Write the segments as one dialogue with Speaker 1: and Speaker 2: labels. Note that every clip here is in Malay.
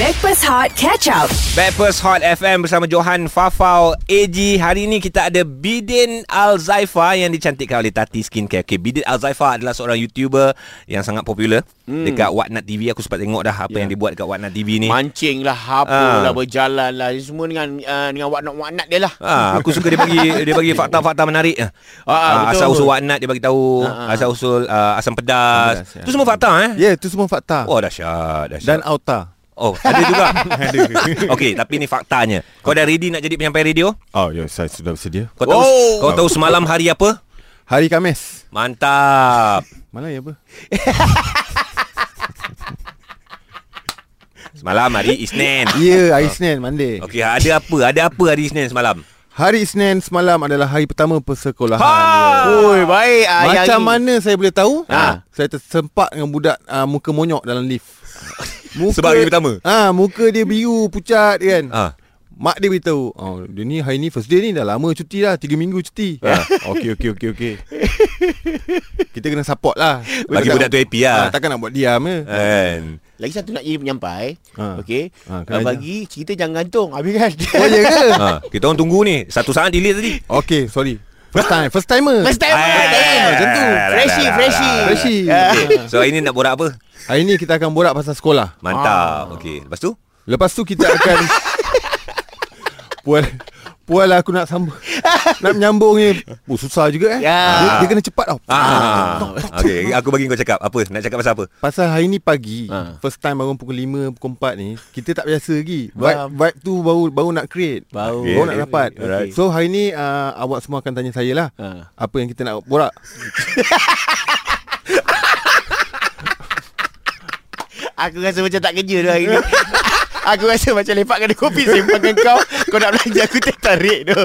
Speaker 1: Backpass Hot Catch Up.
Speaker 2: Backpast Hot FM bersama Johan, Fafau, AG. Hari ini kita ada Bidin Al-Zaifa yang dicantikkan oleh Tati Skincare. Okay, Bidin Al-Zaifa adalah seorang YouTuber yang sangat popular hmm. dekat Whatnot TV. Aku sempat tengok dah apa yeah. yang dia buat dekat Whatnot TV ni.
Speaker 3: Mancing lah Apa lah Berjalan lah Ini Semua dengan uh, Dengan waknat-waknat dia lah
Speaker 2: Ah, aku suka dia bagi dia bagi fakta-fakta menarik. Ah,
Speaker 3: ah, betul.
Speaker 2: asal usul waknat dia bagi tahu, asal usul uh, asam pedas.
Speaker 4: Pedas, ya.
Speaker 2: Itu semua fakta eh.
Speaker 4: Ya, yeah, itu semua fakta.
Speaker 2: Wah, dahsyat, dahsyat.
Speaker 4: Dan auta.
Speaker 2: oh, ada juga. Okey, tapi ni faktanya. Kau dah ready nak jadi penyampai radio?
Speaker 4: Oh, ya, saya sudah bersedia.
Speaker 2: Kau tahu
Speaker 3: Oh.
Speaker 2: kau tahu semalam hari apa?
Speaker 4: Hari Khamis.
Speaker 2: Mantap.
Speaker 4: Malam ya apa?
Speaker 2: Semalam hari Isnin.
Speaker 4: Ya, yeah, hari Senin, Monday.
Speaker 2: Okey, ada apa? Ada apa hari Isnin semalam?
Speaker 4: Hari Senin semalam adalah hari pertama persekolahan.
Speaker 2: Ha!
Speaker 3: Oi baik ah, yang
Speaker 4: Macam
Speaker 3: ni.
Speaker 4: mana saya boleh tahu?
Speaker 3: Ha.
Speaker 4: Ah, Saya tersempak dengan budak uh, muka monyok dalam lift. Muka,
Speaker 2: Sebab hari pertama?
Speaker 4: Ah, muka dia biru, pucat kan.
Speaker 2: Ha.
Speaker 4: Mak dia beritahu, oh, dia ni hari ni first day ni dah lama cuti dah, 3 minggu cuti. Ha. Okey okey okey okey. Kita kena support lah.
Speaker 2: Bagi
Speaker 4: Takkan-
Speaker 2: budak tu happy lah.
Speaker 4: Ah, takkan nak buat diam eh.
Speaker 2: Kan.
Speaker 3: Lagi satu nak jadi penyampai
Speaker 4: Ha.
Speaker 3: Okey
Speaker 4: Ha,
Speaker 3: Ah,
Speaker 4: kena ajar.
Speaker 3: Bagi cerita jangan gantung Habis kan
Speaker 4: Oh ya ke?
Speaker 2: Ha, kita orang tunggu ni. Satu saat delete tadi.
Speaker 4: Okay, sorry. First time, first timer.
Speaker 3: First time
Speaker 2: Eh,
Speaker 3: first time.
Speaker 2: macam tu.
Speaker 3: Freshy Freshy
Speaker 4: Freshy.
Speaker 3: Ah.
Speaker 2: So hari ni nak borak apa?
Speaker 4: Hari ni kita akan borak pasal sekolah.
Speaker 2: Mantap. Okey. Lepas tu?
Speaker 4: Lepas tu kita akan pual pual aku nak sambung. Nak menyambungnya. Oh, susah juga eh.
Speaker 3: Ya.
Speaker 4: Dia, dia kena cepat tau.
Speaker 2: Ah. Okey, aku bagi kau cakap. Apa? Nak cakap pasal apa?
Speaker 4: Pasal hari ni pagi,
Speaker 3: Ha.
Speaker 4: first time bangun pukul 5, pukul 4 ni, kita tak biasa lagi. Vibe,
Speaker 3: Faham.
Speaker 4: vibe tu baru baru nak create.
Speaker 3: Baru.
Speaker 4: baru nak
Speaker 2: Okay.
Speaker 4: dapat.
Speaker 2: Alright.
Speaker 4: So hari ni uh, awak semua akan tanya saya lah.
Speaker 3: Ha.
Speaker 4: Apa yang kita nak borak?
Speaker 3: Aku rasa macam tak kerja dah hari ni Aku rasa macam lepak kena kopi Sembang dengan kau Kau nak belanja aku tertarik tu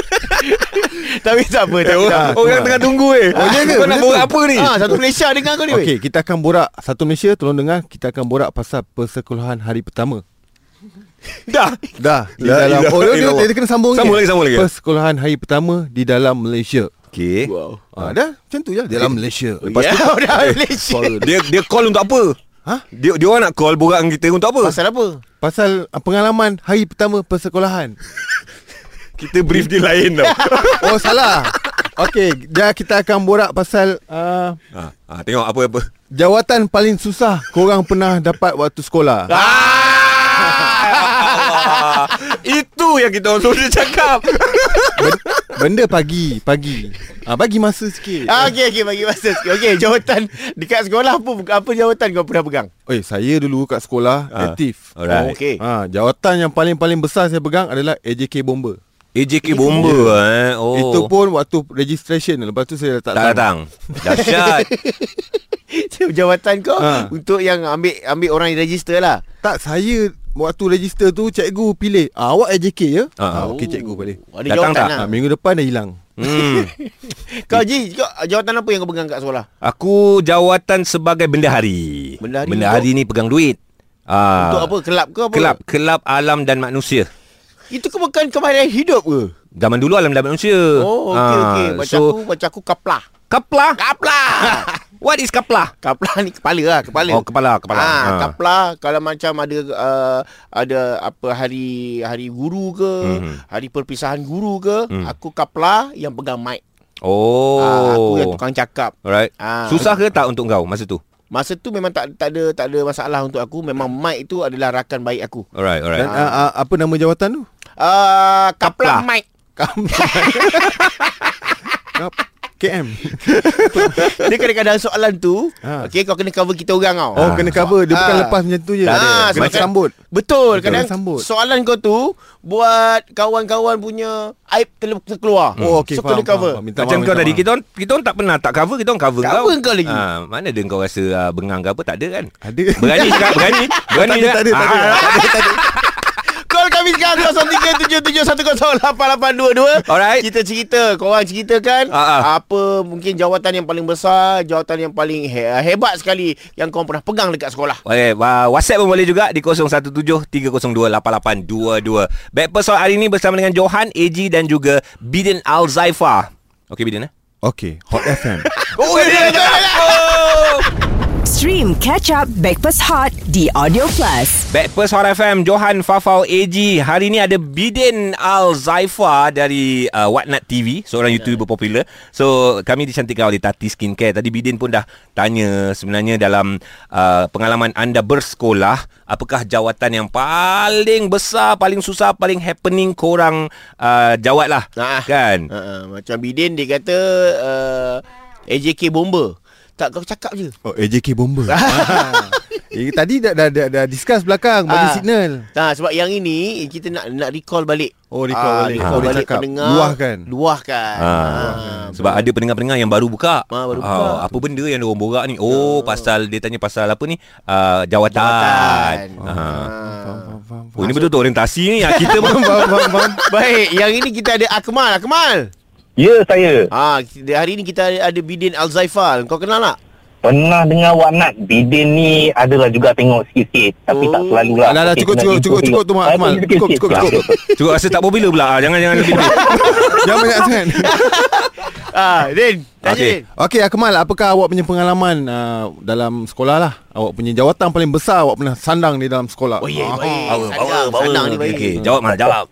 Speaker 3: Tapi tak apa Tapi tak apa
Speaker 4: orang tengah
Speaker 2: tunggu eh.
Speaker 4: Oh, ya ke?
Speaker 2: Kau nak
Speaker 4: Benda
Speaker 2: borak
Speaker 4: tu?
Speaker 2: apa ni?
Speaker 3: Ah, satu Malaysia dengar kau ni weh.
Speaker 4: Okey, kita akan borak satu Malaysia tolong dengar kita akan borak pasal persekolahan hari pertama.
Speaker 2: Dah.
Speaker 4: Dah, di
Speaker 2: La
Speaker 4: dalam
Speaker 2: ilaha
Speaker 4: Oh, dia,
Speaker 2: illallah.
Speaker 4: dia, dia kena sambung
Speaker 2: Sambung lagi, sambung lagi.
Speaker 4: Persekolahan hari pertama di dalam Malaysia.
Speaker 2: Okey.
Speaker 3: Wow.
Speaker 2: Ah.
Speaker 4: Ha, dah, macam tu je dalam
Speaker 2: Eh,
Speaker 4: Malaysia.
Speaker 2: Lepas tu Eh,
Speaker 3: Ya, dah Malaysia.
Speaker 2: dia dia call untuk apa?
Speaker 4: Ha?
Speaker 2: Dia dia orang nak call borak dengan kita untuk apa?
Speaker 3: Pasal apa?
Speaker 4: Pasal ah, pengalaman hari pertama persekolahan.
Speaker 2: Kita brief dia lain tau.
Speaker 4: Oh, salah. Okey, dah kita akan borak pasal
Speaker 3: Ah.
Speaker 4: uh,
Speaker 2: ha, ha, tengok apa apa.
Speaker 4: jawatan paling susah korang pernah dapat waktu sekolah.
Speaker 2: Ah! Itu yang kita orang suruh cakap.
Speaker 4: Ben- Benda pagi, pagi. Ah, bagi masa sikit.
Speaker 3: Ah, okey okey bagi masa sikit. Okey, jawatan dekat sekolah apa apa jawatan kau pernah pegang?
Speaker 4: Eh, saya dulu kat sekolah
Speaker 2: Ah,
Speaker 4: aktif.
Speaker 2: alright.
Speaker 3: Oh, okey.
Speaker 4: Ha, jawatan yang paling-paling besar saya pegang adalah AJK bomber.
Speaker 2: AJK bomba eh. Oh.
Speaker 4: Oh. Itu pun waktu registration lepas tu saya tak,
Speaker 2: tak datang. Dahsyat.
Speaker 3: jawatan kau
Speaker 4: Ha.
Speaker 3: untuk yang ambil ambil orang yang register lah.
Speaker 4: Tak saya waktu register tu cikgu pilih. Ah, awak AJK ya?
Speaker 2: Ah.
Speaker 4: Ah, okey cikgu boleh.
Speaker 3: Ada
Speaker 2: Datang
Speaker 3: jawatan
Speaker 2: tak?
Speaker 3: lah.
Speaker 4: Ah, minggu depan dah hilang.
Speaker 2: hmm.
Speaker 3: Kau Ji, kau jawatan apa yang kau pegang kat sekolah?
Speaker 2: Aku jawatan sebagai bendahari.
Speaker 3: Bendahari
Speaker 2: bendahari ni pegang duit. Ah.
Speaker 3: Untuk apa? Kelab ke apa?
Speaker 2: Kelab, kelab alam dan manusia.
Speaker 3: Itu ke bukan kemahiran hidup ke?
Speaker 2: Zaman dulu alam dan manusia.
Speaker 3: Oh, okey
Speaker 2: Ah,
Speaker 3: okey. Macam
Speaker 2: so,
Speaker 3: aku macam aku kaplah.
Speaker 2: kapla.
Speaker 3: Kaplah.
Speaker 2: What is kapla?
Speaker 3: kaplah ni kepala lah, kepala.
Speaker 2: Oh, kepala, kepala.
Speaker 3: Ah,
Speaker 2: Ah.
Speaker 3: kaplah kalau macam ada uh, ada apa hari hari guru ke,
Speaker 2: Mhm.
Speaker 3: hari perpisahan guru ke,
Speaker 2: Hmm.
Speaker 3: aku kaplah yang pegang mic.
Speaker 2: Oh.
Speaker 3: Ah, aku yang tukang cakap.
Speaker 2: Alright.
Speaker 3: Ah.
Speaker 2: Susah ke tak untuk kau masa tu?
Speaker 3: Masa tu memang tak tak ada tak ada masalah untuk aku. Memang Mike tu adalah rakan baik aku.
Speaker 2: Alright, alright.
Speaker 4: Dan ah. Ah, apa nama jawatan tu?
Speaker 3: Uh,
Speaker 2: Kaplah.
Speaker 3: Kaplah Mike.
Speaker 4: Ah, KM.
Speaker 3: Dia kadang-kadang soalan tu,
Speaker 4: Ha.
Speaker 3: okey kau kena cover kita orang kau.
Speaker 4: Oh, kena cover. Dia bukan
Speaker 3: Ah.
Speaker 4: lepas macam tu je.
Speaker 2: Ah. Tak ada.
Speaker 4: Kena
Speaker 3: sebab-
Speaker 4: sambut.
Speaker 3: Betul,
Speaker 4: Betul.
Speaker 3: kadang
Speaker 4: Sambut.
Speaker 3: soalan kau tu buat kawan-kawan punya aib terle- terkeluar.
Speaker 4: Oh,
Speaker 3: so
Speaker 4: okey.
Speaker 3: kena cover.
Speaker 4: Minta
Speaker 2: Macam
Speaker 4: maaf,
Speaker 2: kau
Speaker 4: minta
Speaker 2: tadi
Speaker 4: maaf.
Speaker 2: kita orang kita orang tak pernah tak cover kita orang cover,
Speaker 3: Cover
Speaker 2: kau.
Speaker 3: kau lagi.
Speaker 2: Ha, mana ada kau rasa uh, bengang ke apa tak ada kan?
Speaker 4: Ada.
Speaker 2: Berani cakap berani. Berani Ah.
Speaker 4: Tak ada, tak ada, tak ada.
Speaker 3: Call kami sekarang 0377108822.
Speaker 2: Alright.
Speaker 3: Kita cerita, korang ceritakan
Speaker 2: Ah, ah.
Speaker 3: apa mungkin jawatan yang paling besar, jawatan yang paling he- hebat sekali yang korang pernah pegang dekat sekolah.
Speaker 2: Okay, uh, WhatsApp pun boleh juga di 0173028822. Back person hari ini bersama dengan Johan, AG dan juga Bidin Al-Zaifa. Okey Bidin eh?
Speaker 4: Okey, Hot FM. ya,
Speaker 3: Oh, dia, dia, dia, dia.
Speaker 1: Stream Stream Catch Up Backpass Hot di Audio Plus.
Speaker 2: Backpers Hot FM Johan Fafau AG Hari ni ada Bidin Al-Zaifa Dari uh, Whatnot TV Seorang
Speaker 3: Ya.
Speaker 2: YouTuber popular So kami dicantikkan oleh Tati Skincare Tadi Bidin pun dah tanya Sebenarnya dalam uh, pengalaman anda bersekolah Apakah jawatan yang paling besar Paling susah Paling happening korang uh, jawat lah
Speaker 3: Ah.
Speaker 2: Kan
Speaker 3: Uh, macam Bidin dia kata uh, AJK bomba. Tak kau cakap je.
Speaker 4: Oh AJK bomber ah. eh, Tadi dah, dah, dah, dah discuss belakang Bagi
Speaker 3: Ah.
Speaker 4: signal
Speaker 3: Ha, sebab yang ini kita nak nak recall balik.
Speaker 4: Oh,
Speaker 3: Ah,
Speaker 4: recall balik.
Speaker 3: Recall
Speaker 4: Ah, dia
Speaker 3: balik
Speaker 4: cakap.
Speaker 3: pendengar.
Speaker 4: Luahkan.
Speaker 3: Luahkan.
Speaker 2: Ha. Sebab ada pendengar-pendengar yang baru buka.
Speaker 3: Ah, baru
Speaker 2: Ah,
Speaker 3: buka.
Speaker 2: apa benda yang diorang borak ni? Oh, pasal dia tanya pasal apa ni? Uh, jawatan.
Speaker 3: Jawatan.
Speaker 2: Ha.
Speaker 3: Ah.
Speaker 4: Faham, faham, faham,
Speaker 2: Oh, ini betul tu orientasi ni. Ah, Kita pun
Speaker 4: faham, faham, faham.
Speaker 3: Baik, yang ini kita ada Akmal. Akmal.
Speaker 5: Ya saya
Speaker 3: Ah, ha, hari ini kita ada, ada Bidin Al-Zaifal. Kau kenal tak?
Speaker 5: Pernah dengar Wanat Bidin ni adalah juga tengok sikit-sikit Tapi
Speaker 3: Oh.
Speaker 5: tak selalu lah
Speaker 4: Alah, alah, cukup, cukup, cukup, cukup tu, Mak Akmal. Cukup, cukup, cukup.
Speaker 2: cukup rasa tak popular pula. Ah, Jangan jangan lebih.
Speaker 4: Jangan banyak sangat
Speaker 3: Ah, Din. Tanya
Speaker 2: Okey.
Speaker 3: Din.
Speaker 4: Okey Akmal Apakah awak punya pengalaman uh, Dalam sekolah lah Awak punya jawatan paling besar Awak pernah sandang di dalam sekolah
Speaker 3: Oh, yeah,
Speaker 4: Ah.
Speaker 3: baik.
Speaker 2: Power,
Speaker 3: Sandang,
Speaker 2: power, power.
Speaker 3: sandang ni
Speaker 2: Okey,
Speaker 3: baik.
Speaker 2: okey. Jawab mana? Jawab.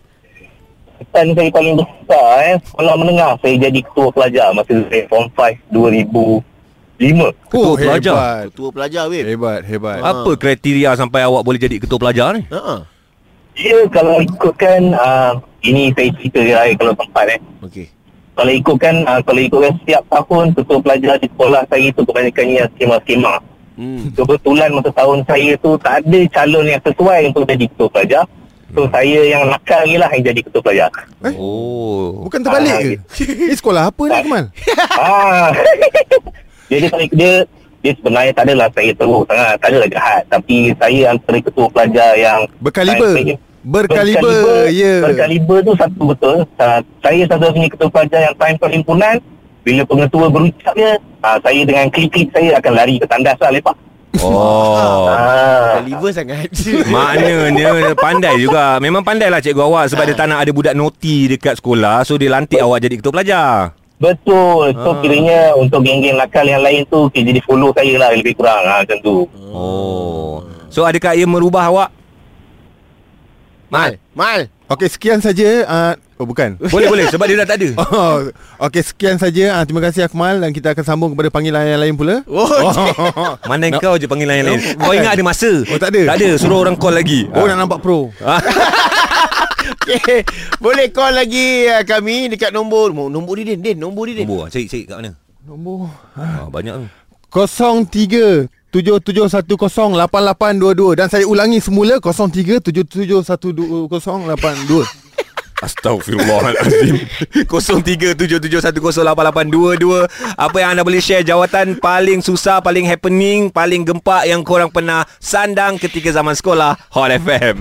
Speaker 5: Kesan saya paling besar eh Sekolah menengah Saya jadi ketua pelajar Masa saya Form 5 2005
Speaker 2: Ketua
Speaker 4: Oh
Speaker 2: pelajar.
Speaker 4: hebat
Speaker 3: Ketua pelajar, weh.
Speaker 4: Hebat hebat
Speaker 3: Ah.
Speaker 2: Apa kriteria sampai awak boleh jadi ketua pelajar ni?
Speaker 3: Ha. ah.
Speaker 5: Ya kalau ikutkan uh, Ini saya cerita je lah eh, Kalau tempat eh
Speaker 3: Okey.
Speaker 5: Kalau ikutkan uh, Kalau ikutkan setiap tahun Ketua pelajar di sekolah saya tu Kebanyakannya skema-skema
Speaker 3: Hmm.
Speaker 5: Kebetulan masa tahun saya tu tak ada calon yang sesuai untuk jadi ketua pelajar. So saya yang nakal ni lah yang jadi ketua pelajar.
Speaker 4: Eh?
Speaker 2: Oh.
Speaker 4: Bukan terbalik ke? Ni sekolah apa ni Akmal?
Speaker 5: ah. Jadi saya dia dia sebenarnya tak adalah saya teruk sangat, tak adalah jahat. Tapi saya antara ketua pelajar yang
Speaker 4: Berkaliber.
Speaker 5: saya,
Speaker 4: Berkaliber, ya.
Speaker 5: Berkaliber tu satu betul. Uh, saya satu-satunya ketua pelajar yang time perhimpunan bila pengetua berucap dia, ah, saya dengan klik-klik saya akan lari ke tandas lah lepak.
Speaker 2: Oh.
Speaker 5: Ah.
Speaker 3: Deliver sangat.
Speaker 2: Maknanya dia pandai juga. Memang pandailah cikgu awak sebab dia tak nak ada budak noti dekat sekolah. So dia lantik awak jadi ketua pelajar.
Speaker 5: Betul. So
Speaker 2: Ah.
Speaker 5: kiranya untuk geng-geng nakal yang lain tu okay, jadi follow saya lah lebih kurang ha, macam tu.
Speaker 2: Oh. So adakah ia merubah awak?
Speaker 3: Mal. Mal.
Speaker 4: Okey sekian saja uh, Oh bukan
Speaker 2: Boleh boleh sebab dia dah tak ada.
Speaker 4: Oh, Okey sekian saja uh, Terima kasih Akmal Dan kita akan sambung kepada panggilan yang lain pula
Speaker 3: Oh,
Speaker 4: oh,
Speaker 2: Mana kau je panggil lain-lain. Kau ingat ada masa?
Speaker 4: Oh, tak ada.
Speaker 2: Tak ada, suruh orang call lagi. Ah.
Speaker 4: oh nak nampak pro
Speaker 3: Okey. Boleh call lagi uh, kami dekat nombor Mo- nombor dia Din, Din, nombor dia Din.
Speaker 2: Nombor ah, cari cari kat mana?
Speaker 4: Nombor
Speaker 2: Ah, banyak tu.
Speaker 4: 03 77108822 dan saya ulangi semula 03 77108822
Speaker 2: Astagfirullahalazim. 0377108822. Apa yang anda boleh share jawatan paling susah, paling happening, paling gempak yang korang pernah sandang ketika zaman sekolah Hot FM.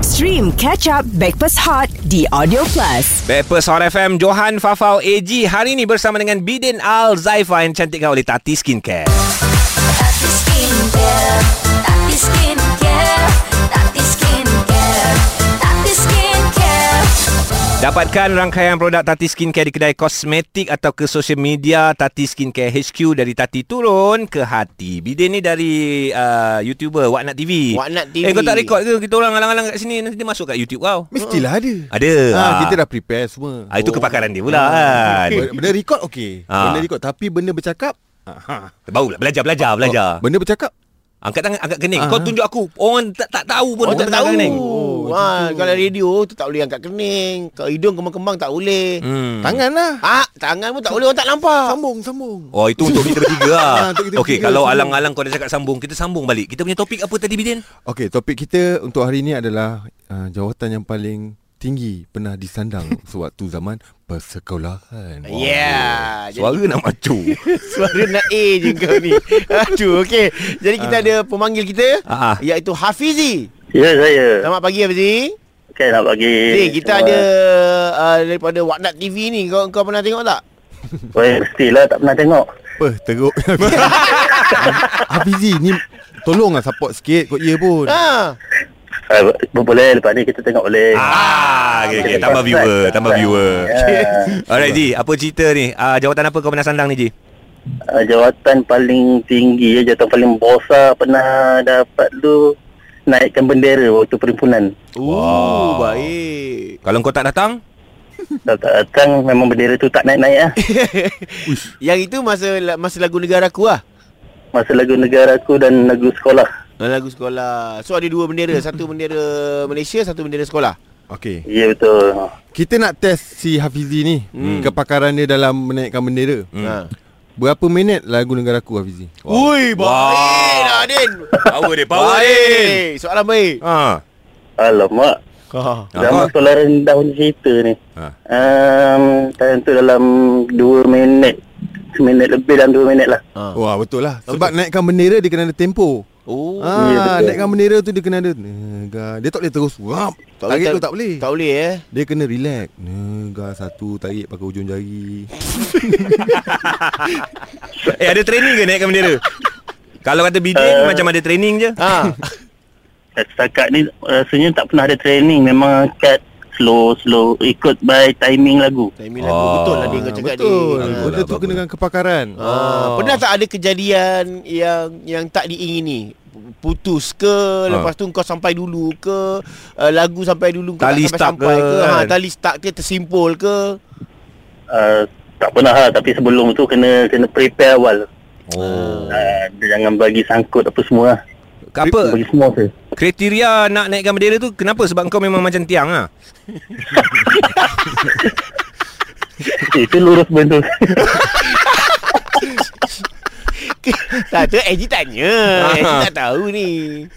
Speaker 1: Stream Catch Up Backpass Hot di Audio Plus.
Speaker 2: Backpers Hot FM Johan Fafau AG hari ini bersama dengan Bidin Al Zaifa yang cantikkan oleh Tati Skincare.
Speaker 6: Tati skincare, Tati skincare, Tati skincare, Tati skincare.
Speaker 2: Dapatkan rangkaian produk Tati Skincare di kedai kosmetik atau ke social media Tati Skincare HQ dari Tati turun ke hati. Bidin ni dari uh, YouTuber Waknat TV.
Speaker 3: Waknat TV.
Speaker 2: Eh kau tak rekod ke kita orang alang-alang kat sini nanti dia masuk kat YouTube kau.
Speaker 4: mestilah ada
Speaker 2: Ada.
Speaker 4: ha,
Speaker 2: Ah.
Speaker 4: kita dah prepare semua
Speaker 2: Ah, itu
Speaker 4: Oh.
Speaker 2: kepakaran dia pula kan.
Speaker 4: Benda- Benda record okey
Speaker 2: Ah.
Speaker 4: Benda record Tapi benda bercakap oh,
Speaker 2: Baru lah belajar belajar belajar.
Speaker 4: Benda bercakap
Speaker 2: Angkat tangan angkat kening.
Speaker 4: Ah.
Speaker 2: Kau tunjuk aku. Orang tak tak tahu pun
Speaker 3: Oh,
Speaker 2: orang
Speaker 3: tak tahu.
Speaker 2: angkat kening.
Speaker 3: ha,
Speaker 4: Oh, macam tu.
Speaker 3: kalau radio tu tak boleh angkat kening, kalau hidung kembang-kembang tak boleh.
Speaker 2: Hmm.
Speaker 4: Tangan lah
Speaker 3: Ah, tangan pun tak boleh orang tak nampak.
Speaker 4: Sambung sambung
Speaker 2: Oh itu untuk kita bertiga lah
Speaker 4: Ah, untuk kita
Speaker 2: Okey
Speaker 4: bertiga,
Speaker 2: kalau
Speaker 4: sambung.
Speaker 2: alang-alang kau dah cakap sambung Kita sambung balik Kita punya topik apa tadi Bidin?
Speaker 4: Okey topik kita untuk hari ini adalah uh, Jawatan yang paling tinggi Pernah disandang Sewaktu zaman persekolahan
Speaker 3: Yeah. Ya, Jadi
Speaker 2: Suara nak macu
Speaker 3: suara nak A je kau ni. Aduh, okey. Jadi kita ada pemanggil kita
Speaker 2: Ah, ah.
Speaker 3: iaitu Hafizi.
Speaker 5: Ya saya.
Speaker 3: Selamat pagi Hafizi.
Speaker 5: Okey nak bagi.
Speaker 3: Hey, kita ada uh, daripada Waknat TV ni. Kau kau pernah tengok tak?
Speaker 5: Weh mestilah tak pernah tengok.
Speaker 4: Apa teruk Hafizi ni Tolonglah support sikit Kot ye pun
Speaker 3: Ha.
Speaker 5: Uh, boleh lepas ni kita tengok boleh.
Speaker 2: Ah, okay, okay. Tambah viewer Tambah viewer
Speaker 5: Ya.
Speaker 2: Alright Ji Apa cerita ni? Ah, jawatan apa kau pernah sandang ni Ji?
Speaker 5: uh, jawatan paling tinggi ya, jawatan paling besar pernah dapat tu naikkan bendera waktu perhimpunan.
Speaker 3: Oh, baik.
Speaker 2: Kalau kau tak datang
Speaker 5: Kalau tak datang memang bendera tu tak naik-naik lah.
Speaker 3: Yang itu masa masa lagu negara aku lah.
Speaker 5: Masa lagu negara aku dan lagu sekolah.
Speaker 3: Lagu sekolah. So ada dua bendera, satu bendera Malaysia, satu bendera sekolah.
Speaker 4: Okey.
Speaker 5: Ya betul.
Speaker 4: Kita nak test si Hafizi ni hmm. kepakaran dia dalam menaikkan bendera.
Speaker 3: Hmm. Ha.
Speaker 4: Berapa minit lagu negara aku Hafizi?
Speaker 3: Ui, baik
Speaker 2: Wah.
Speaker 3: wow. Adin.
Speaker 2: Power dia
Speaker 3: Baik. Soalan baik.
Speaker 2: Ha.
Speaker 5: Alamak.
Speaker 3: Ha.
Speaker 5: Zaman
Speaker 2: Apa?
Speaker 5: sekolah rendah punya cerita ni.
Speaker 4: Ha.
Speaker 5: Um, time tu dalam 2 minit. Seminit lebih dalam 2 minit lah.
Speaker 3: Ha.
Speaker 4: Wah betul lah Sebab naikkan bendera Dia kena ada tempo
Speaker 3: Oh.
Speaker 4: ah,
Speaker 5: ya, betul.
Speaker 4: Naikkan bendera tu Dia kena ada Nega Dia tak boleh terus Wap Tarik tu tak boleh
Speaker 3: Tak boleh eh.
Speaker 4: Dia kena relax Nega satu Tarik pakai ujung jari
Speaker 2: Eh ada training ke naikkan bendera? Kalau kata bidin uh, macam ada training je.
Speaker 3: Ha.
Speaker 5: Setakat ni rasanya tak pernah ada training. Memang kat slow-slow. Ikut by timing lagu.
Speaker 3: Timing lagu oh. betul lah dia kau cakap
Speaker 4: Betul
Speaker 3: ni.
Speaker 2: Ah,
Speaker 4: Benda
Speaker 2: betul
Speaker 4: tu
Speaker 2: lah,
Speaker 4: kena dengan kepakaran
Speaker 3: Ha. Pernah tak ada kejadian yang yang tak diingini? putus ke lepas tu kau sampai dulu ke uh, lagu sampai dulu kau
Speaker 2: Tali
Speaker 3: tak
Speaker 2: stuck
Speaker 3: sampai, sampai
Speaker 2: ke,
Speaker 3: ke, ha
Speaker 2: kan?
Speaker 3: tali stuck ke tersimpul ke
Speaker 5: Uh, tak pernah lah. Tapi sebelum tu kena kena prepare awal.
Speaker 2: Oh.
Speaker 5: Uh, jangan bagi sangkut apa semua lah.
Speaker 2: Apa
Speaker 5: Bagi semua tu.
Speaker 2: kriteria nak naikkan bendera tu kenapa sebab kau memang macam tiang ah.
Speaker 5: Eh, Itu lurus betul.
Speaker 3: tak tu Eji tanya
Speaker 2: Ah.
Speaker 3: Eji tak tahu ni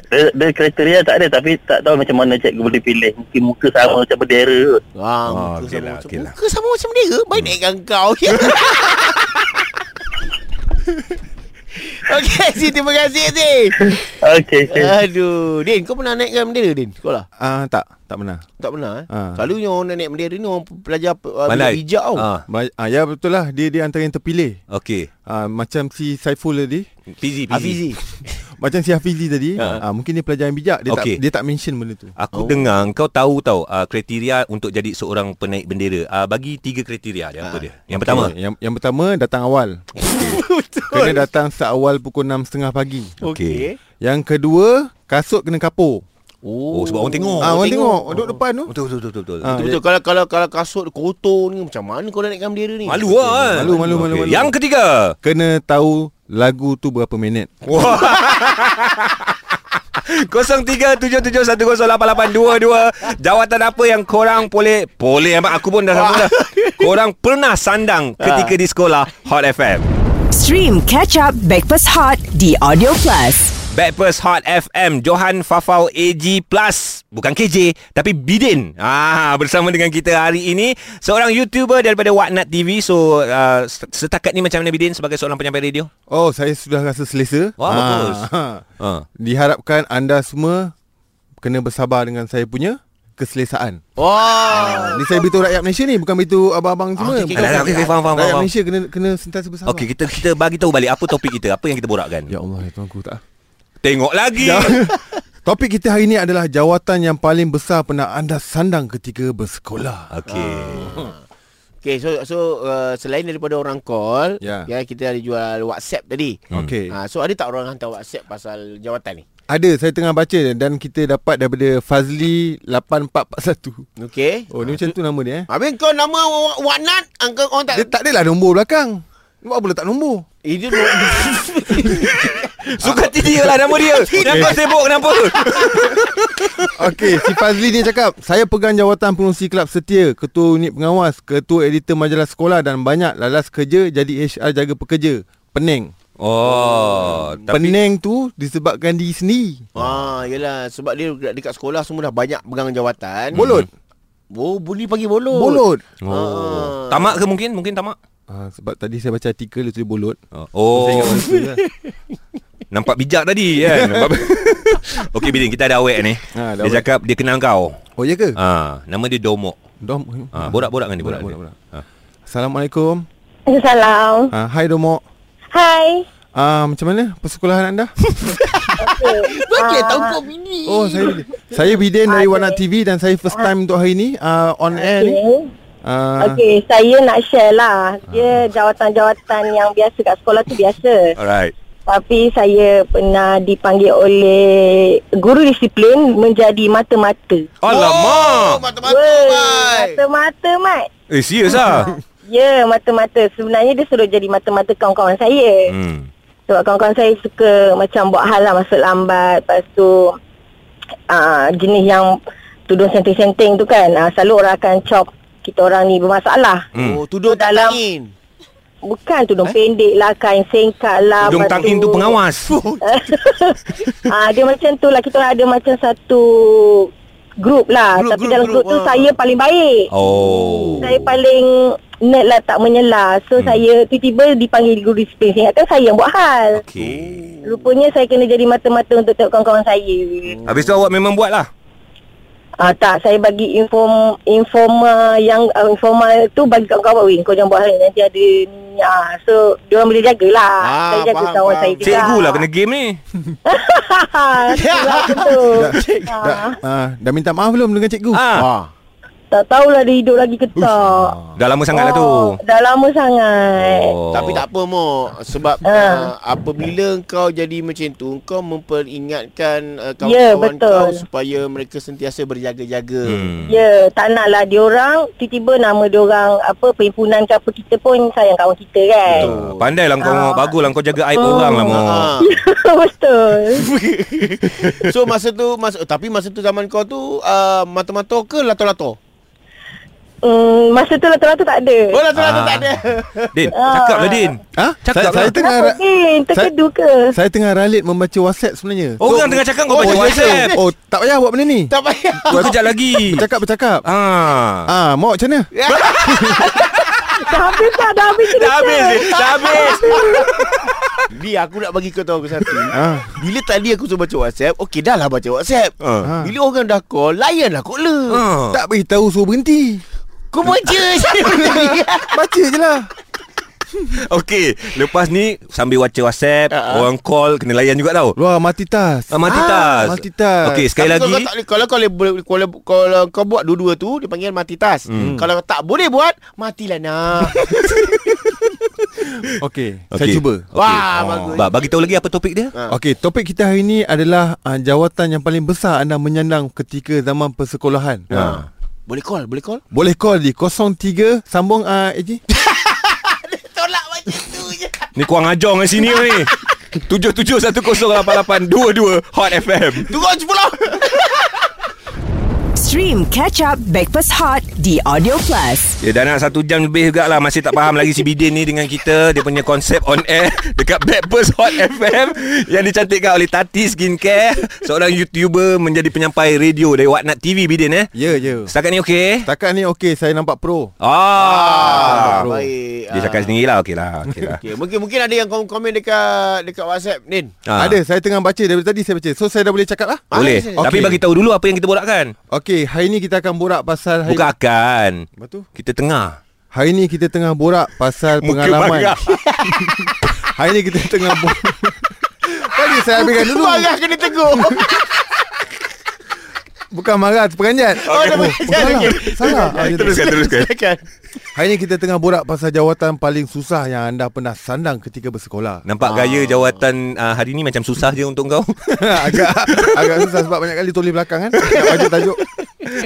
Speaker 5: dia, dia kriteria tak ada tapi tak tahu macam mana cikgu boleh pilih. Mungkin muka sama macam bendera. kot.
Speaker 3: ha, ah, muka,
Speaker 2: okey
Speaker 3: sama
Speaker 2: lah,
Speaker 3: macam,
Speaker 2: okey lah.
Speaker 3: muka sama macam dia Baik naikkan kau Okey Eji terima kasih Eji
Speaker 5: Okey, okey.
Speaker 3: Aduh Din kau pernah naikkan bendera Din sekolah
Speaker 4: Ah Tak Tak pernah
Speaker 3: Tak pernah eh?
Speaker 4: Ah.
Speaker 3: Selalunya orang nak naik bendera ni Orang pelajar uh,
Speaker 2: Pandai.
Speaker 3: bijak tau
Speaker 2: Ah.
Speaker 4: Ba- ah, Ya betul lah Dia dia antara yang terpilih
Speaker 2: Okey.
Speaker 4: ah, Macam si Saiful tadi
Speaker 2: Fizi Ah, Fizi.
Speaker 3: Hafizi
Speaker 4: Macam si Hafizi tadi
Speaker 2: Ha.
Speaker 4: ah, Mungkin dia pelajar yang bijak Dia,
Speaker 2: Okey.
Speaker 4: tak, dia tak mention benda tu
Speaker 2: Aku oh. dengar kau tahu tahu uh, kriteria untuk jadi seorang penaik bendera. Uh, bagi tiga kriteria dia apa dia? Yang
Speaker 4: Okey,
Speaker 2: pertama.
Speaker 4: Eh, yang, yang pertama Datang awal
Speaker 3: Betul
Speaker 4: Kena datang seawal pukul 6.30 pagi
Speaker 3: Okey
Speaker 4: Yang kedua Kasut kena kapur
Speaker 2: Oh, sebab orang tengok.
Speaker 4: Ah, orang tengok, duduk depan tu.
Speaker 2: Betul betul betul betul. betul.
Speaker 4: Ah,
Speaker 3: Betul, betul. Kalau kalau kalau kasut kotor ni macam mana kau nak naikkan bendera ni?
Speaker 2: Malu lah kan?
Speaker 4: Malu, malu, malu,
Speaker 2: Okey.
Speaker 4: malu.
Speaker 2: Yang ketiga.
Speaker 4: Kena tahu lagu tu berapa minit.
Speaker 2: 0377108822 Jawatan apa yang korang boleh Boleh amat aku pun dah sambung dah Korang pernah sandang
Speaker 4: Ah.
Speaker 2: ketika di sekolah Hot FM
Speaker 1: Stream Catch Up Breakfast Hot The Audio Plus.
Speaker 2: Backpast Hot FM Johan Fafau AG Plus Bukan KJ Tapi Bidin ah, Bersama dengan kita hari ini Seorang YouTuber daripada Whatnot TV So uh, setakat ni macam mana Bidin Sebagai seorang penyampai radio
Speaker 4: Oh, saya sudah rasa selesa.
Speaker 2: Wah,
Speaker 4: Ah,
Speaker 2: bagus.
Speaker 4: ha.
Speaker 2: ah.
Speaker 4: Diharapkan anda semua kena bersabar dengan saya punya keselesaan.
Speaker 3: Wah.
Speaker 4: Ni saya beritahu rakyat Malaysia ni, bukan beritahu abang-abang semua.
Speaker 3: okey,
Speaker 2: okey, okey, okey, faham, faham,
Speaker 4: rakyat
Speaker 2: faham.
Speaker 4: Malaysia kena kena sentiasa bersabar.
Speaker 2: Okey kita kita bagi tahu balik apa topik kita apa yang kita borakkan.
Speaker 4: Ya Allah, ya Tuhanku tak.
Speaker 2: Tengok lagi.
Speaker 4: Ya. Topik kita hari ini adalah jawatan yang paling besar pernah anda sandang ketika bersekolah.
Speaker 2: Okey.
Speaker 3: Okay, so so uh, selain daripada orang call,
Speaker 4: Ya.
Speaker 3: ya kita ada jual WhatsApp tadi.
Speaker 4: Okey.
Speaker 3: Ha, so ada tak orang hantar WhatsApp pasal jawatan ni?
Speaker 4: Ada, saya tengah baca dan kita dapat daripada Fazli 8441.
Speaker 3: Okey.
Speaker 4: Oh, ni macam tu nama dia eh.
Speaker 3: Habis kau nama wa- Wanat, angka orang tak
Speaker 4: Dia tak adalah nombor belakang. Buat apa letak nombor?
Speaker 3: Eh, dia no-
Speaker 2: Suka hati dia lah nama dia. Yang kau sibuk kenapa?
Speaker 4: Okey, si Fazli ni cakap, saya pegang jawatan pengurusi kelab setia, ketua unit pengawas, ketua editor majalah sekolah dan banyak lalas kerja jadi HR jaga pekerja. Pening.
Speaker 2: Oh,
Speaker 4: Tapi... Pening tu disebabkan diri sendiri.
Speaker 3: Ah, yalah sebab dia dekat- dekat sekolah semua dah banyak pegang jawatan.
Speaker 4: Bolot.
Speaker 3: Oh, buli pagi bolot.
Speaker 4: Bolot.
Speaker 2: Oh. Tamak ke mungkin? Mungkin tamak.
Speaker 4: Ah, sebab tadi saya baca artikel dia tulis bolot.
Speaker 2: Oh.
Speaker 4: Saya ingat masa lah.
Speaker 2: Nampak bijak tadi kan. Nampak- Okey Bidin, kita ada awek ni.
Speaker 4: Ha, ada
Speaker 2: dia
Speaker 4: awek.
Speaker 2: cakap dia kenal kau.
Speaker 4: Oh, ya ke?
Speaker 2: Ha, nama dia Domok.
Speaker 4: Dom. eh.
Speaker 2: Ha, borak-borak kan dia borak.
Speaker 4: Borak, borak,
Speaker 2: borak. Ha.
Speaker 4: Assalamualaikum.
Speaker 7: Assalamualaikum.
Speaker 4: Ah, hai Domok.
Speaker 7: Hai.
Speaker 4: Ah, macam mana persekolahan anda?
Speaker 3: Boleh tahu kau bini.
Speaker 4: Oh saya Bidin Saya Bidin dari Warna TV Dan saya first time untuk hari ni uh, On air ni
Speaker 7: Okay.
Speaker 4: Uh,
Speaker 7: Okey, saya nak share lah. Dia jawatan-jawatan yang biasa kat sekolah tu biasa.
Speaker 2: Alright.
Speaker 7: Tapi saya pernah dipanggil oleh guru disiplin menjadi mata-mata.
Speaker 3: Oh,
Speaker 2: Alamak.
Speaker 3: mata-mata,
Speaker 7: Wey,
Speaker 3: Mai.
Speaker 7: mata-mata, Mat.
Speaker 2: Eh, serius ah.
Speaker 7: Ya, mata-mata. Sebenarnya dia suruh jadi mata-mata kawan-kawan saya.
Speaker 2: Hmm.
Speaker 7: Sebab kawan-kawan saya suka macam buat hal lah masuk lambat. Lepas tu uh, jenis yang tudung senting-senting tu kan. Uh, selalu orang akan cop kita orang ni bermasalah.
Speaker 2: Hmm.
Speaker 3: Oh, tudung
Speaker 7: Tu dalam-
Speaker 3: tangin.
Speaker 7: Bukan tudung eh? pendek lah, kain singkat lah.
Speaker 2: Hidung
Speaker 7: lepas
Speaker 2: tangking tu pengawas.
Speaker 7: Ah, dia macam tu lah. Kita orang ada macam satu grup lah.
Speaker 3: Grup,
Speaker 7: Grup, Tapi
Speaker 3: grup,
Speaker 7: grup, dalam
Speaker 3: grup,
Speaker 7: grup, grup tu
Speaker 3: ah.
Speaker 7: saya paling baik.
Speaker 2: Oh.
Speaker 7: Saya paling nerd lah tak menyelah. So hmm. saya tiba-tiba dipanggil guru disiplin. Saya ingatkan saya yang buat hal.
Speaker 2: Okey.
Speaker 7: Rupanya saya kena jadi mata-mata untuk tengok kawan-kawan saya.
Speaker 3: Hmm.
Speaker 2: Habis tu awak memang buat lah.
Speaker 7: Ah tak, saya bagi inform informa yang uh, informa tu bagi kat kawan weh. Kau jangan buat hal ni, nanti ada ni. Ah, so dia orang boleh jagalah.
Speaker 3: Ah,
Speaker 7: saya jaga
Speaker 3: faham,
Speaker 7: kawan
Speaker 3: faham.
Speaker 7: saya juga.
Speaker 2: Cikgu lah kena game ni.
Speaker 7: Itulah tu.
Speaker 4: Ya. dah,
Speaker 7: Ah,
Speaker 4: uh, dah minta maaf belum dengan cikgu?
Speaker 2: Ah.
Speaker 3: Ha.
Speaker 4: Ah.
Speaker 7: Tak tahulah dia hidup lagi ke tak.
Speaker 2: Dah lama sangat lah tu.
Speaker 7: Oh, Dah lama sangat.
Speaker 2: Oh.
Speaker 3: Tapi tak apa Mok Sebab
Speaker 7: Ah.
Speaker 3: uh, apabila kau jadi macam tu Kau memperingatkan uh,
Speaker 7: Ya,
Speaker 3: kawan-kawan
Speaker 7: betul.
Speaker 3: kau Supaya mereka sentiasa berjaga-jaga
Speaker 2: Hmm.
Speaker 7: Ya, tak naklah diorang tiba-tiba nama diorang apa perhimpunan ke apa kita pun sayang kawan kita kan.
Speaker 2: Ah, Pandailah kau ah. Baguslah kau jaga aib orang lah Mo.
Speaker 3: Ah.
Speaker 7: Betul.
Speaker 3: So masa tu masa, Tapi masa tu zaman kau tu uh, Mata-mata ke lato-lato?
Speaker 7: Hmm, masa tu rata-rata tak ada.
Speaker 3: Oh
Speaker 2: Ah.
Speaker 3: lato-lato tak ada
Speaker 2: Din Cakap lah Din
Speaker 4: Ha? Saya,
Speaker 2: Cakap
Speaker 4: saya
Speaker 2: lah.
Speaker 4: tengah
Speaker 7: Kenapa ni? Terkedu ke?
Speaker 4: saya tengah ralit membaca WhatsApp sebenarnya.
Speaker 2: Orang tengah cakap kau
Speaker 3: Oh,
Speaker 2: baca
Speaker 3: ya,
Speaker 2: WhatsApp
Speaker 4: Oh, tak payah buat benda ni.
Speaker 3: Tak payah
Speaker 2: Kau kejap lagi
Speaker 4: Bercakap bercakap.
Speaker 2: Ah.
Speaker 4: Ah, mau macam mana?
Speaker 7: Dah habis tak? Dah habis cerita.
Speaker 2: Dah habis Din. Dah habis
Speaker 3: Di aku nak bagi kau tahu aku satu
Speaker 4: Ah.
Speaker 3: Bila tadi aku suruh baca WhatsApp Okey dah lah baca WhatsApp
Speaker 2: Ah.
Speaker 3: Bila orang dah call Layan lah call le
Speaker 2: Ah.
Speaker 4: Tak beritahu suruh berhenti.
Speaker 3: Kau baca
Speaker 4: Baca je lah.
Speaker 2: Okey Lepas ni Sambil baca WhatsApp
Speaker 3: Ah, ah.
Speaker 2: Orang call Kena layan juga tau
Speaker 4: Wah, mati tas.
Speaker 2: Ah, Multitask
Speaker 4: Ah, multitask.
Speaker 2: Okey Eh, sekali
Speaker 3: Tapi
Speaker 2: lagi
Speaker 3: Kalau, kau tak, boleh- kalau kau boleh, boleh- kalau, kalau kau buat dua-dua tu dia panggil mati tas. Hmm. Kalau tak boleh buat, matilah nak.
Speaker 4: Okey, saya
Speaker 2: Okey.
Speaker 4: cuba.
Speaker 2: Okey. Ah,
Speaker 3: Wah, bagus.
Speaker 2: Ba, bagi tahu lagi apa topik dia?
Speaker 3: Ah.
Speaker 4: Okey, topik kita hari ini adalah uh, jawatan yang paling besar anda menyandang ketika zaman persekolahan. Ha.
Speaker 3: boleh call, boleh call.
Speaker 4: Boleh call di 03 sambung uh, Eji.
Speaker 3: Tolak macam tu je.
Speaker 2: Ni kurang ajar dengan sini ni. 77108822 Hot FM.
Speaker 3: Tunggu sepuluh.
Speaker 1: Stream Catch Up Backpass Hot di Audio Plus.
Speaker 2: Ya dah nak satu jam lebih jugalah Masih tak faham lagi si Bidin ni dengan kita Dia punya konsep on air Dekat Backpers Hot FM Yang dicantikkan oleh Tati Skincare Seorang YouTuber menjadi penyampai radio Dari Whatnot TV Bidin eh
Speaker 4: Ya, ya.
Speaker 2: Setakat ni okey?
Speaker 4: Setakat ni okey, saya nampak pro.
Speaker 2: Ah,
Speaker 3: Ah, baik.
Speaker 2: Dia cakap sendiri lah Okey lah, okay lah.
Speaker 3: Okay, mungkin mungkin ada yang kom- komen dekat dekat WhatsApp, Nin.
Speaker 2: Ah,
Speaker 4: Ada, saya tengah baca dari tadi saya baca. So saya dah boleh cakap lah.
Speaker 2: Boleh
Speaker 3: Okey.
Speaker 2: Tapi bagi tahu dulu apa yang kita borakkan
Speaker 4: Okey, hari ni kita akan borak pasal hari
Speaker 2: Bukan akan
Speaker 4: Betul.
Speaker 2: Kita tengah
Speaker 4: Hari ni kita tengah borak pasal
Speaker 2: Muka
Speaker 4: pengalaman.
Speaker 2: marah.
Speaker 4: Hari ni kita tengah borak. Tadi saya habiskan dulu.
Speaker 3: Marah kena tegur.
Speaker 4: Bukan marah, terperanjat.
Speaker 3: Oh, dah
Speaker 4: Oh, salah. Salah. Ah, dia-
Speaker 2: Teruskan teruskan
Speaker 3: Silakan.
Speaker 4: Hari ni kita tengah borak pasal jawatan paling susah yang anda pernah sandang ketika bersekolah.
Speaker 2: Nampak gaya jawatan uh, hari ni macam susah je untuk kau.
Speaker 4: agak agak susah sebab banyak kali tulis belakang kan nak baca tajuk.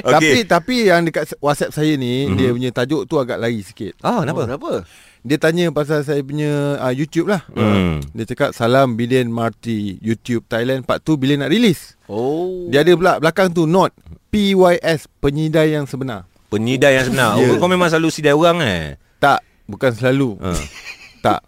Speaker 4: Okay. Tapi tapi yang dekat WhatsApp saya ni mm-hmm. dia punya tajuk tu agak lari sikit.
Speaker 2: Ah, kenapa?
Speaker 4: Oh,
Speaker 3: Kenapa?
Speaker 4: Dia tanya pasal saya punya uh, YouTube lah.
Speaker 2: Hmm.
Speaker 4: Dia cakap salam Bilian Marty YouTube Thailand part tu bila nak release.
Speaker 3: Oh.
Speaker 4: Dia ada pula belakang tu note PYS penyidai yang sebenar.
Speaker 2: Penyidai yang sebenar.
Speaker 4: Ya.
Speaker 2: Yeah. Kau memang selalu sidai orang eh.
Speaker 4: Tak, bukan selalu.
Speaker 2: Ha.
Speaker 4: tak.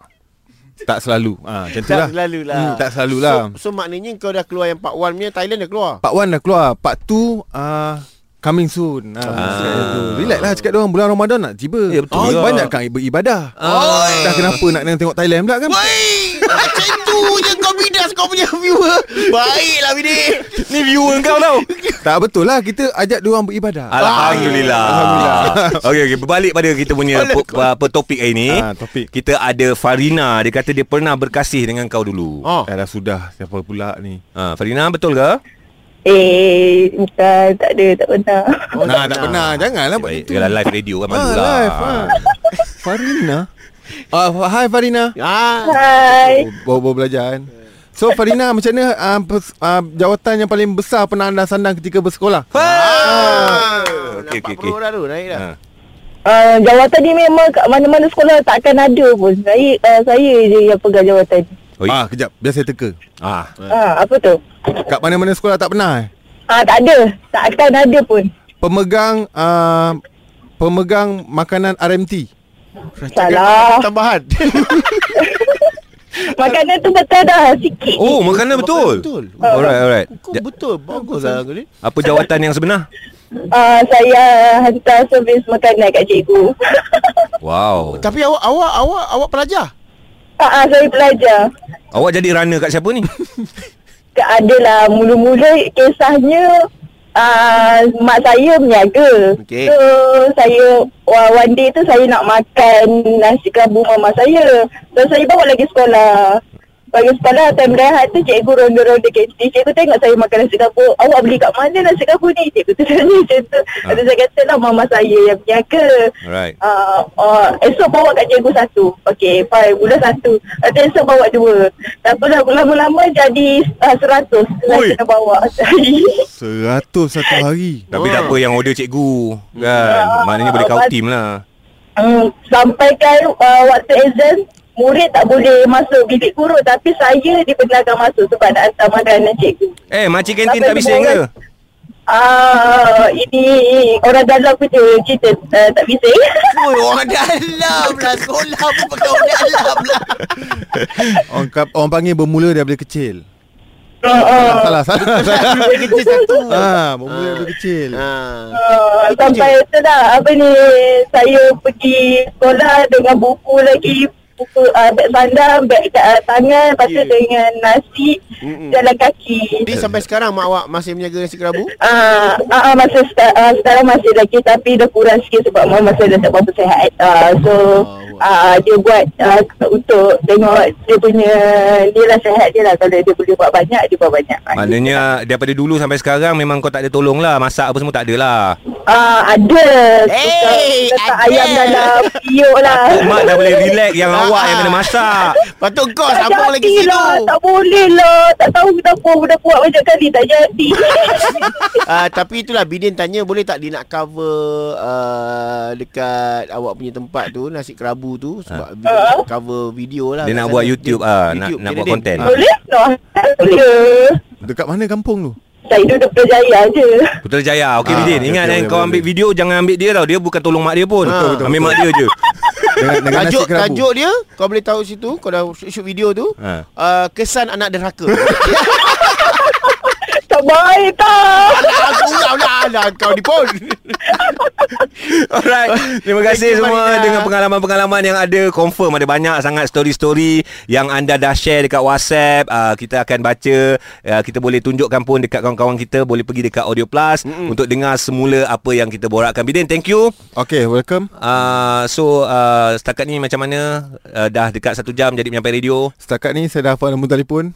Speaker 4: Tak selalu. Ah, ha, macam tu
Speaker 3: Tak
Speaker 4: lah.
Speaker 3: selalu lah.
Speaker 4: Hmm, tak selalu lah.
Speaker 3: So, so maknanya kau dah keluar yang part 1 punya Thailand dah keluar.
Speaker 4: Part 1 dah keluar Part 2 uh, Coming soon ah, ah. Relax lah cakap diorang Bulan Ramadan nak tiba
Speaker 2: Ya, betul
Speaker 4: oh,
Speaker 2: juga.
Speaker 4: Banyak kan beribadah oh. Dah kenapa nak kena tengok Thailand pula kan
Speaker 3: Wey, macam tu je kau bidas kau punya viewer. Baiklah bidik.
Speaker 2: Ni viewer kau tau.
Speaker 4: Tak betul lah Kita ajak diorang beribadah
Speaker 2: Alhamdulillah. Okey okey berbalik pada kita punya po, apa topik hari ni.
Speaker 4: Ah, topik.
Speaker 2: Kita ada Farina, dia kata dia pernah berkasih dengan kau dulu.
Speaker 3: Oh.
Speaker 4: Eh, dah sudah Siapa pula ni
Speaker 2: Ha, Farina betul ke?
Speaker 7: Eh, bukan. Tak ada. Tak pernah.
Speaker 4: Oh, nah, tak pernah. Janganlah buat
Speaker 2: Baik,
Speaker 4: itu.
Speaker 2: Kalau live radio kan malu
Speaker 4: Ah,
Speaker 2: lah.
Speaker 4: live, ah. Farina. Ah, uh, hi Farina.
Speaker 3: Ah,
Speaker 7: Hai.
Speaker 4: Oh, Baru baru belajar kan. So Farina macam mana uh, pers- uh, jawatan yang paling besar pernah anda sandang ketika bersekolah?
Speaker 2: Ha.
Speaker 3: Ah.
Speaker 2: Okey, okey,
Speaker 3: Nampak
Speaker 2: okey.
Speaker 3: perut dah tu naik dah.
Speaker 2: Ah.
Speaker 7: Uh, jawatan ni memang kat mana-mana sekolah takkan ada pun. Saya uh, saya je yang pegang jawatan ni.
Speaker 2: Oi.
Speaker 4: Ah, kejap. Biar saya teka.
Speaker 2: Ah.
Speaker 7: Ha, apa tu?
Speaker 4: Kat mana-mana sekolah tak pernah eh?
Speaker 7: Ah tak ada. Takkan ada pun.
Speaker 4: Pemegang uh, pemegang makanan RMT.
Speaker 7: Salah.
Speaker 3: Tambahan.
Speaker 7: Makanan tu betul dah. Sikit.
Speaker 2: Oh, makanan betul.
Speaker 3: Betul. Oh.
Speaker 2: Alright, alright.
Speaker 3: Kau
Speaker 2: Ja-
Speaker 3: betul. Bagus lah kau ni.
Speaker 2: apa jawatan yang sebenar?
Speaker 7: Uh, saya hantar servis makanan kat cikgu.
Speaker 2: Wow.
Speaker 3: Tapi awak awak awak awak pelajar.
Speaker 7: Ah, ah, saya belajar.
Speaker 2: Awak jadi runner kat siapa ni?
Speaker 7: Tak Adalah mula-mula kisahnya uh, mak saya berniaga.
Speaker 3: Okey.
Speaker 7: So saya wah, one day tu saya nak makan nasi kerabu mama saya. So saya bawa lagi sekolah. Bagi sekolah time rehat tu cikgu ronda-ronda kantin. Cikgu tengok saya makan nasi kerabu. Awak beli kat mana nasi kerabu ni? Cikgu tu tanya macam tu. Lepas tu saya kata lah mama saya yang berniaga.
Speaker 2: Alright.
Speaker 7: Uh, uh, esok bawa kat cikgu satu Okey, fine, bulan satu Lepas tu esok bawa dua Lepas tu dah lama-lama jadi uh, seratus Dah
Speaker 4: Oi.
Speaker 7: kena bawa
Speaker 4: Seratus satu hari.
Speaker 2: Tapi tak apa yang order cikgu kan. Maknanya boleh kau team lah.
Speaker 7: um, Sampai kan uh, waktu exam Murid tak boleh masuk bilik guru Tapi saya dibenarkan masuk sebab nak hantar makanan cikgu
Speaker 2: Eh, makcik kantin tak bising ke?
Speaker 7: Ah, ini orang dalam punya cerita uh, tak bising
Speaker 3: Oi, orang dalam lah sekolah pun pakai orang dalam lah.
Speaker 4: Orang, kap- orang panggil bermula daripada kecil.
Speaker 7: uh, uh,
Speaker 4: Salah, salah, salah.
Speaker 3: Kerja satu.
Speaker 4: Ah, bermula daripada kecil.
Speaker 3: Ah.
Speaker 7: Ah, sampai tu dah apa ni saya pergi sekolah dengan buku lagi buku uh, beg sandal beg uh, tangan lepas tu
Speaker 3: Yeah.
Speaker 7: dengan nasi
Speaker 3: Mm-mm.
Speaker 7: jalan kaki
Speaker 3: Jadi sampai sekarang mak awak masih menjaga nasi kerabu?
Speaker 7: Ah, ah, ah, masa sta- ah, sekarang masih lagi tapi dah kurang sikit sebab mama saya dah tak berapa sihat. Ah, so ah, dia buat ah, untuk tengok dia punya dia lah sihat dia lah kalau dia boleh buat banyak dia buat banyak.
Speaker 2: Maknanya daripada dulu sampai sekarang memang kau tak ada tolong lah. Masak apa semua tak ada lah.
Speaker 7: Ah, ada.
Speaker 3: Hey,
Speaker 7: Letak- letak
Speaker 3: ada.
Speaker 7: ayam dalam piuk lah.
Speaker 2: Mak dah boleh relax yang awak yang kena masak.
Speaker 3: Patut kau
Speaker 7: Tak
Speaker 3: sambung lagi situ.
Speaker 7: jadi lah, Tak boleh lah Tak tahu kenapa Budak buat banyak kali Tak jadi
Speaker 3: Ah, tapi itulah Bidin tanya boleh tak dia nak cover uh, dekat awak punya tempat tu nasi kerabu tu sebab Bidin
Speaker 7: Ah.
Speaker 3: nak cover video lah.
Speaker 2: Dia
Speaker 3: kat
Speaker 2: nak
Speaker 3: sana.
Speaker 2: buat YouTube,
Speaker 3: Dia-
Speaker 2: ah, nak- nak
Speaker 3: dia,
Speaker 2: buat
Speaker 3: Din.
Speaker 2: content.
Speaker 3: Ah.
Speaker 7: Boleh tak Tak Boleh
Speaker 4: Dekat mana kampung tu?
Speaker 7: Saya duduk berjaya je
Speaker 2: Putrajaya. Okey
Speaker 4: Ah,
Speaker 2: Bidin,
Speaker 4: okey,
Speaker 2: ingat
Speaker 4: okey,
Speaker 2: eh
Speaker 4: boleh,
Speaker 2: kau
Speaker 4: boleh,
Speaker 2: ambil
Speaker 4: boleh.
Speaker 2: video jangan ambil dia tau. Dia bukan tolong mak dia pun.
Speaker 3: Betul, betul,
Speaker 2: ambil mak dia je.
Speaker 4: Dengan, dengan
Speaker 3: Tajuk
Speaker 4: nasi kerabu.
Speaker 3: tajuk dia kau boleh tahu situ kau dah shoot, shoot video tu.
Speaker 2: Ha.
Speaker 3: Uh, kesan anak derhaka.
Speaker 7: Tak baik tak
Speaker 3: aku lah lah lah kau ni pun.
Speaker 2: Alright. Terima kasih
Speaker 3: Thank you,
Speaker 2: semua
Speaker 3: Marina.
Speaker 2: dengan pengalaman-pengalaman yang ada. Confirm ada banyak sangat story-story yang anda dah share dekat WhatsApp. Uh, kita akan baca. Uh, kita boleh tunjukkan pun dekat kawan-kawan kita. Boleh pergi dekat Audio Plus Mm-mm. untuk dengar semula apa yang kita borakkan. Bidin, thank you.
Speaker 4: Okay, welcome.
Speaker 2: Uh, so, uh, setakat ni macam mana? Uh, dah dekat satu jam jadi penyampai radio.
Speaker 4: Setakat ni saya dah hafal nombor telefon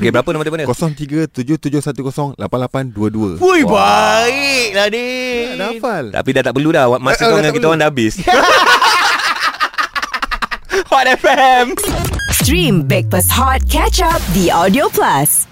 Speaker 2: Okey, berapa nombor telefon dia?
Speaker 4: 0377108822.
Speaker 3: Wui baik lah ni.
Speaker 4: Dah hafal.
Speaker 2: Tapi dah tak perlu dah. Masa
Speaker 4: Eh,
Speaker 2: kau
Speaker 4: oh, dah
Speaker 2: dengan
Speaker 4: tak
Speaker 2: kita
Speaker 4: perlu.
Speaker 2: orang dah habis. Hot FM.
Speaker 1: Stream Breakfast Hot Catch Up The Audio Plus.